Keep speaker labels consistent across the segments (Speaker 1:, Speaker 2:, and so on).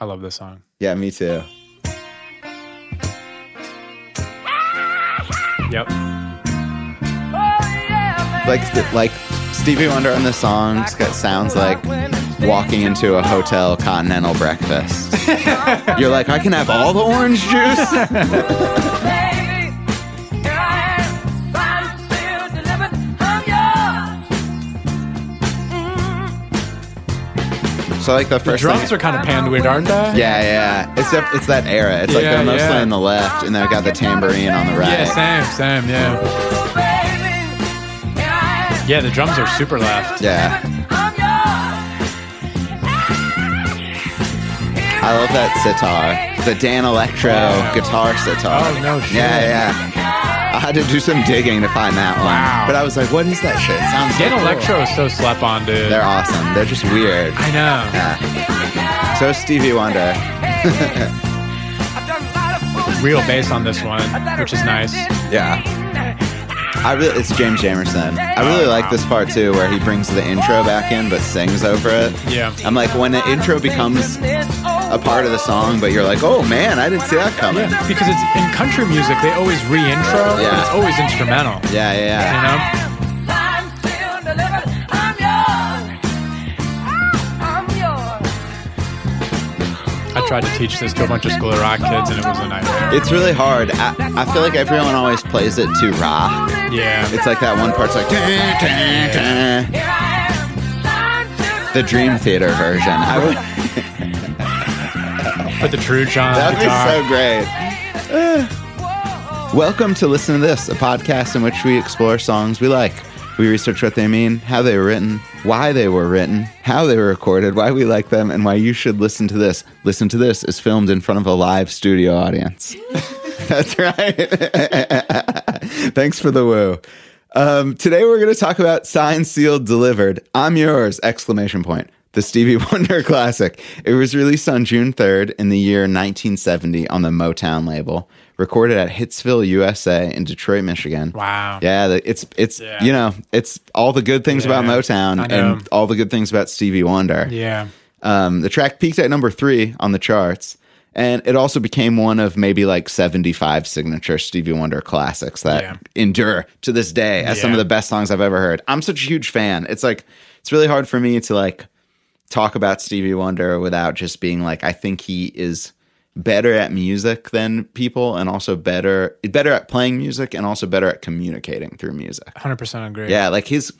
Speaker 1: I love this song.
Speaker 2: Yeah, me too.
Speaker 1: Yep.
Speaker 2: Like th- like Stevie Wonder on the song has got sounds like walking into a hotel continental breakfast. You're like, I can have all the orange juice. So like the
Speaker 1: The
Speaker 2: first
Speaker 1: drums
Speaker 2: thing,
Speaker 1: are kind of panned weird, aren't they?
Speaker 2: yeah, yeah. Except it's that era. It's like
Speaker 1: Yeah,
Speaker 2: they're mostly
Speaker 1: yeah.
Speaker 2: on the left, and they've got the tambourine on the right.
Speaker 1: Yeah, same, same, yeah. Yeah, the drums are super loud.
Speaker 2: Yeah. I love that sitar. The Dan Electro
Speaker 1: Yeah.
Speaker 2: guitar sitar.
Speaker 1: Oh, no shit.
Speaker 2: Yeah, yeah. I had to do some digging to find that one.
Speaker 1: Wow.
Speaker 2: But I was like, what is that shit? Sounds so
Speaker 1: Dan
Speaker 2: cool.
Speaker 1: Electro is so slept on, dude.
Speaker 2: They're awesome. They're just weird.
Speaker 1: I know.
Speaker 2: Yeah. So is Stevie Wonder.
Speaker 1: Real bass on this one, which is nice.
Speaker 2: Yeah. I really, it's James Jamerson. I really like this part too, where he brings the intro back in but sings over it.
Speaker 1: Yeah.
Speaker 2: I'm like, when the intro becomes a part of the song, but you're like, oh man, I didn't see that coming.
Speaker 1: Yeah, because it's in country music, they always re-intro.
Speaker 2: Yeah.
Speaker 1: Yeah. It's always instrumental.
Speaker 2: Yeah,
Speaker 1: You
Speaker 2: yeah, yeah.
Speaker 1: know? I tried to teach this to a bunch of School of Rock kids, and it was a nightmare.
Speaker 2: It's really hard. I, I feel like everyone always plays it to rock.
Speaker 1: Yeah.
Speaker 2: It's like that one part's like "Dun, dun, dun." the Dream Theater version. I would,
Speaker 1: Put the true John
Speaker 2: that would be
Speaker 1: guitar.
Speaker 2: so great. Uh, welcome to Listen to This, a podcast in which we explore songs we like. We research what they mean, how they were written, why they were written, how they were recorded, why we like them, and why you should listen to this. Listen to this is filmed in front of a live studio audience. That's right. Thanks for the woo. Um, today we're going to talk about "Signed, Sealed, Delivered." I'm yours! Exclamation point. The Stevie Wonder classic. It was released on June 3rd in the year 1970 on the Motown label. Recorded at Hitsville, USA, in Detroit, Michigan.
Speaker 1: Wow.
Speaker 2: Yeah, the- it's it's
Speaker 1: Yeah.
Speaker 2: you know it's all the good things
Speaker 1: Yeah.
Speaker 2: about Motown
Speaker 1: I know.
Speaker 2: and all the good things about Stevie Wonder.
Speaker 1: Yeah.
Speaker 2: Um, the track peaked at number three on the charts, and it also became one of maybe like 75 signature Stevie Wonder classics that
Speaker 1: Yeah.
Speaker 2: endure to this day as some
Speaker 1: Yeah.
Speaker 2: of the best songs I've ever heard. I'm such a huge fan. It's like, it's really hard for me to like talk about Stevie Wonder without just being like, I think he is better at music than people and also better better at playing music and also better at communicating through music.
Speaker 1: 100% agree.
Speaker 2: Yeah, like his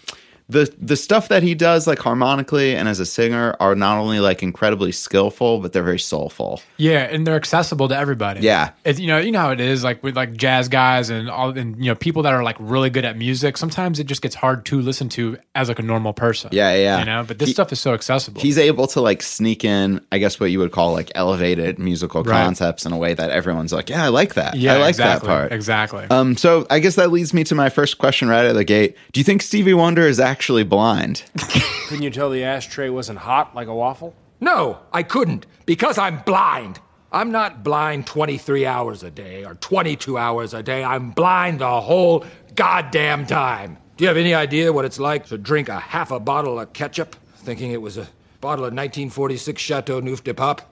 Speaker 2: the the stuff that he does like harmonically and as a singer are not only like incredibly skillful, but they're very soulful.
Speaker 1: Yeah, and they're accessible to everybody.
Speaker 2: Yeah.
Speaker 1: it's, you know, you know how it is, like with like jazz guys and all, and you know, people that are like really good at music. Sometimes it just gets hard to listen to as like a normal person.
Speaker 2: Yeah, yeah.
Speaker 1: You know, but this stuff is so accessible.
Speaker 2: He's able to like sneak in, I guess what you would call like elevated musical
Speaker 1: Right.
Speaker 2: concepts in a way that everyone's like, Yeah, I like that.
Speaker 1: yeah,
Speaker 2: I like
Speaker 1: exactly,
Speaker 2: that part.
Speaker 1: Exactly.
Speaker 3: Uh,
Speaker 2: Um so I guess that leads me to my first question right out of the gate. Do you think Stevie Wonder is actually blind?
Speaker 3: Couldn't you tell the ashtray wasn't hot like a waffle?
Speaker 4: No, I couldn't because I'm blind. I'm not blind 23 hours a day or 22 hours a day. I'm blind the whole goddamn time. Do you have any idea what it's like to drink a half a bottle of ketchup thinking it was a bottle of 1946 Chateau Neuf de Pape?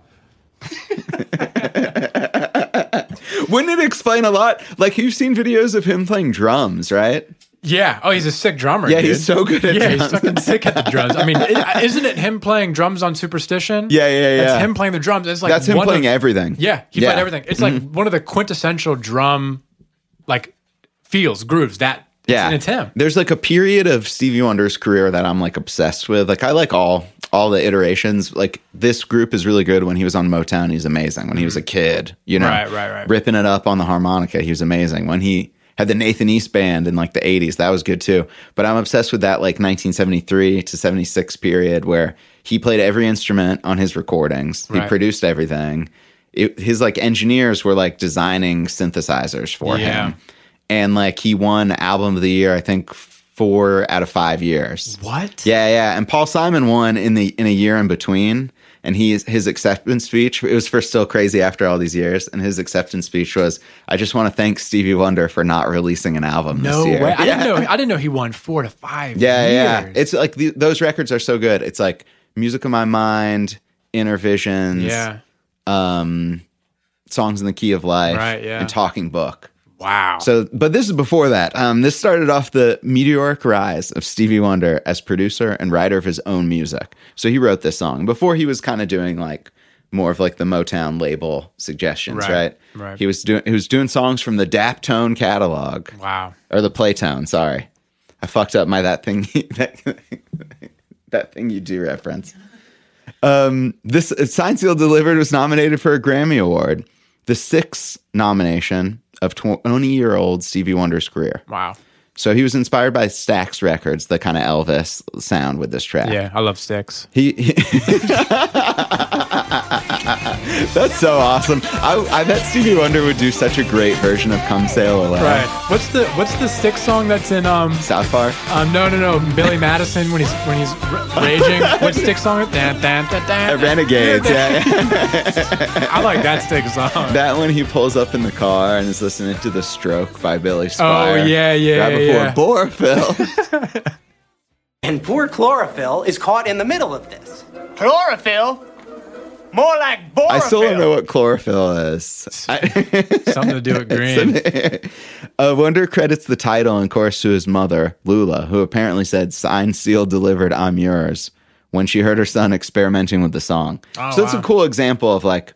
Speaker 2: Wouldn't it explain a lot? Like you've seen videos of him playing drums, right?
Speaker 1: yeah. Oh, he's a sick drummer.
Speaker 2: Yeah,
Speaker 1: dude.
Speaker 2: he's so good at
Speaker 1: yeah,
Speaker 2: drums.
Speaker 1: he's fucking sick at the drums. I mean, is isn't it him playing drums on Superstition?
Speaker 2: Yeah, yeah, yeah.
Speaker 1: That's him playing the drums. It's like
Speaker 2: That's him
Speaker 1: one
Speaker 2: playing
Speaker 1: of-
Speaker 2: everything.
Speaker 1: Yeah, he played everything. It's
Speaker 2: Mm-hmm.
Speaker 1: like one of the quintessential drum, like feels grooves. That
Speaker 2: Yeah,
Speaker 1: and it's him.
Speaker 2: There's like a period of Stevie Wonder's career that I'm like obsessed with. Like I like all all the iterations. Like this group is really good. When he was on Motown, he's amazing. When he was a kid, you know,
Speaker 1: Mm-hmm. Right, right, right.
Speaker 2: ripping it up on the harmonica, he was amazing. When he had the Nathan East band in like the 80s, that was good too. But I'm obsessed with that like 1973 to 76 period where he played every instrument on his recordings. He
Speaker 1: Right.
Speaker 2: produced everything. It, his like engineers were like designing synthesizers for
Speaker 1: Yeah.
Speaker 2: him and like he won album of the year i think four out of five years
Speaker 1: What?
Speaker 2: yeah yeah and paul simon won in the in a year in between and he his acceptance speech it was for still crazy after all these years and his acceptance speech was i just want to thank stevie wonder for not releasing an album
Speaker 1: No
Speaker 2: this year
Speaker 1: way. I
Speaker 2: yeah
Speaker 1: didn't know. I didn't know he won four to five.
Speaker 2: yeah, yeah
Speaker 1: years.
Speaker 2: it's like the, those records are so good it's like music of my mind inner visions
Speaker 1: Yeah.
Speaker 2: um, songs in the key of life
Speaker 1: Right, yeah.
Speaker 2: and talking book.
Speaker 1: Wow.
Speaker 2: So, but this is before that. Um, this started off the meteoric rise of Stevie Wonder as producer and writer of his own music. So he wrote this song before he was kind of doing like more of like the Motown label suggestions, right?
Speaker 1: Right, right.
Speaker 2: He was doing he was doing songs from the Daptone catalog
Speaker 1: wow.
Speaker 2: or the Playtone. Sorry, I fucked up my that thing that, that thing you do reference. Um, this uh, Sign Seal Delivered was nominated for a Grammy Award, the sixth nomination of twenty year old Stevie Wonder's career.
Speaker 1: Wow.
Speaker 2: So he was inspired by Stax Records, the kind of Elvis sound with this track.
Speaker 1: Yeah, I love sticks.
Speaker 2: He, he- that's so awesome. I, I bet Stevie Wonder would do such a great version of "Come Sail Away."
Speaker 1: Right. What's the What's the stick song that's in um
Speaker 2: South Park.
Speaker 1: um no no no Billy Madison when he's when he's r- raging? What stick song? Dan, dan, dan,
Speaker 2: Uh,
Speaker 1: dan.
Speaker 2: Renegades, yeah.
Speaker 1: I like that stick song.
Speaker 2: that one he pulls up in the car and is listening to The Stroke by Billy Spire.
Speaker 1: Oh, yeah, yeah,
Speaker 2: Right before
Speaker 1: yeah.
Speaker 2: Borphil.
Speaker 5: And poor chlorophyll is caught in the middle of this.
Speaker 6: Chlorophyll? More like borophyll.
Speaker 2: I still don't know what chlorophyll is.
Speaker 1: Something to do with green.
Speaker 2: Uh, Wonder credits the title and chorus to his mother, Lula, who apparently said, Sign, seal, delivered, I'm yours, when she heard her son experimenting with the song.
Speaker 1: Oh,
Speaker 2: so it's a cool example of like,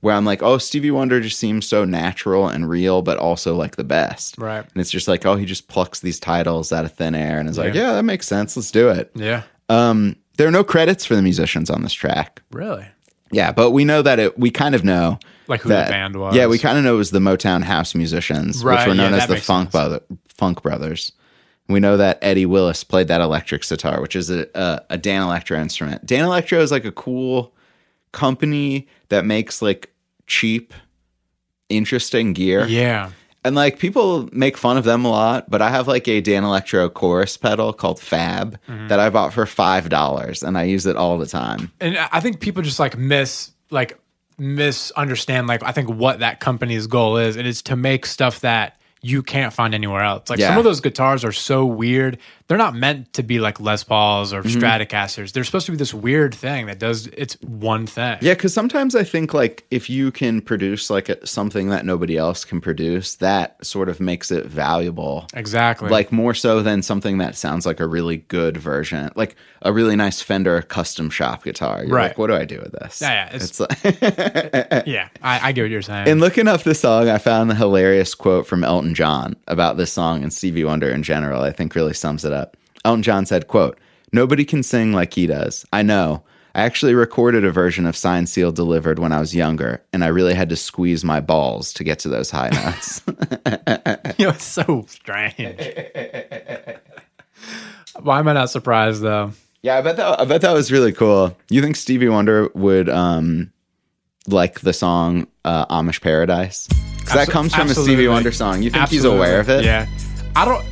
Speaker 2: where I'm like, oh, Stevie Wonder just seems so natural and real, but also like the best.
Speaker 1: Right.
Speaker 2: And it's just like, oh, he just plucks these titles out of thin air and is like, yeah, that makes sense. Let's do it.
Speaker 1: Yeah.
Speaker 2: Um, there are no credits for the musicians on this track.
Speaker 1: Really.
Speaker 2: Yeah, but we know that it. We kind of know
Speaker 1: Like who the
Speaker 2: that,
Speaker 1: band was.
Speaker 2: Yeah, we kind of know it was the Motown house musicians, which
Speaker 1: Right,
Speaker 2: were known
Speaker 1: yeah,
Speaker 2: as
Speaker 1: that
Speaker 2: the
Speaker 1: makes
Speaker 2: Funk
Speaker 1: sense.
Speaker 2: Brother, Funk Brothers. We know that Eddie Willis played that electric sitar, which is a, a, a Dan Electro instrument. Dan Electro is like a cool company that makes like cheap, interesting gear.
Speaker 1: Yeah.
Speaker 2: And like people make fun of them a lot, but I have like a Dan Electro chorus pedal called Fab
Speaker 1: Mm-hmm.
Speaker 2: that I bought for $5 and I use it all the time.
Speaker 1: and I I think people just like miss like misunderstand like I think what that company's goal is. It is to make stuff that you can't find anywhere else. Like
Speaker 2: Yeah.
Speaker 1: some of those guitars are so weird. They're not meant to be like Les Pauls
Speaker 2: Mm-hmm.
Speaker 1: or Stratocasters. They're supposed to be this weird thing that does it's one thing.
Speaker 2: Yeah, because sometimes I think like if you can produce like a, something that nobody else can produce, that sort of makes it valuable.
Speaker 1: Exactly.
Speaker 2: Like more so than something that sounds like a really good version, like a really nice Fender custom shop guitar. You're
Speaker 1: Right.
Speaker 2: like, what do I do with this?
Speaker 1: Yeah, yeah, it's-
Speaker 2: like,
Speaker 1: yeah, I, I get what you're saying.
Speaker 2: in looking up the song, I found the hilarious quote from Elton John about this song and Stevie Wonder in general. I think really sums it up. Elton John said, "Quote: Nobody can sing like he does. I know. I actually recorded a version of Sign Seal Delivered when I was younger, and I really had to squeeze my balls to get to those high notes."
Speaker 1: you know, it's so strange. Why am I not surprised though?
Speaker 2: yeah, I bet that. I bet that was really cool. You think Stevie Wonder would um like the song uh, Amish Paradise? 'Cause that
Speaker 1: Abso-
Speaker 2: comes from a
Speaker 1: absolutely.
Speaker 2: Stevie Wonder song. You think
Speaker 1: Absolutely.
Speaker 2: he's aware of it?
Speaker 1: Yeah. I don't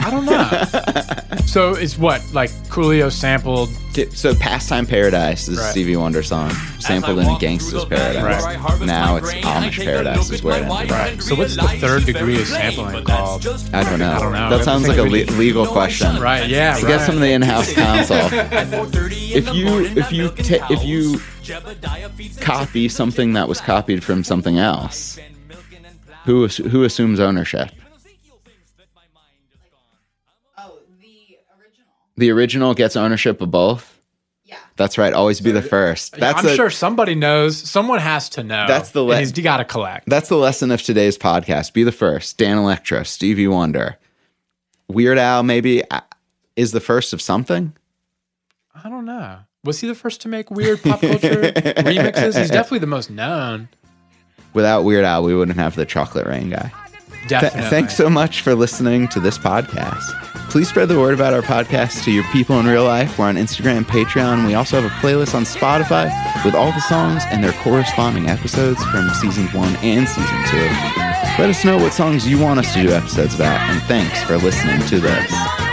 Speaker 1: I don't know. so it's what, like Coolio sampled
Speaker 2: Ki- So Pastime Paradise is a
Speaker 1: Right.
Speaker 2: Stevie Wonder song sampled in Gangsta's Paradise. Now it's Amish Paradise is where it ended.
Speaker 1: Right. So what's the third degree of sampling called?
Speaker 2: I don't know.
Speaker 1: don't know.
Speaker 2: That sounds like a
Speaker 1: We-
Speaker 2: le- legal question.
Speaker 1: Right. Yeah.
Speaker 2: Get some of the in-house counsel.
Speaker 6: if
Speaker 2: If you if you ta- if you copy something that was copied from something else, who ass- who assumes ownership?
Speaker 7: Oh, the original.
Speaker 2: The original gets ownership of both.
Speaker 7: Yeah.
Speaker 2: That's right. Always be the first. That's
Speaker 1: I'm
Speaker 2: a-
Speaker 1: sure somebody knows. Someone has to know.
Speaker 2: That's the le-
Speaker 1: And he's got to collect.
Speaker 2: That's the lesson of today's podcast. Be the first. Dan Electro, Stevie Wonder, Weird Al, maybe uh, is the first of something.
Speaker 1: I don't know. Was he the first to make weird pop culture remixes? He's definitely the most known.
Speaker 2: Without Weird Al, we wouldn't have the Chocolate Rain guy. Th-
Speaker 1: Definitely.
Speaker 2: thanks so much for listening to this podcast. Please spread the word about our podcast to your people in real life. We're on Instagram, Patreon. We also have a playlist on Spotify with all the songs and their corresponding episodes from season one and season two. Let us know what songs you want us to do episodes about, and thanks for listening to this.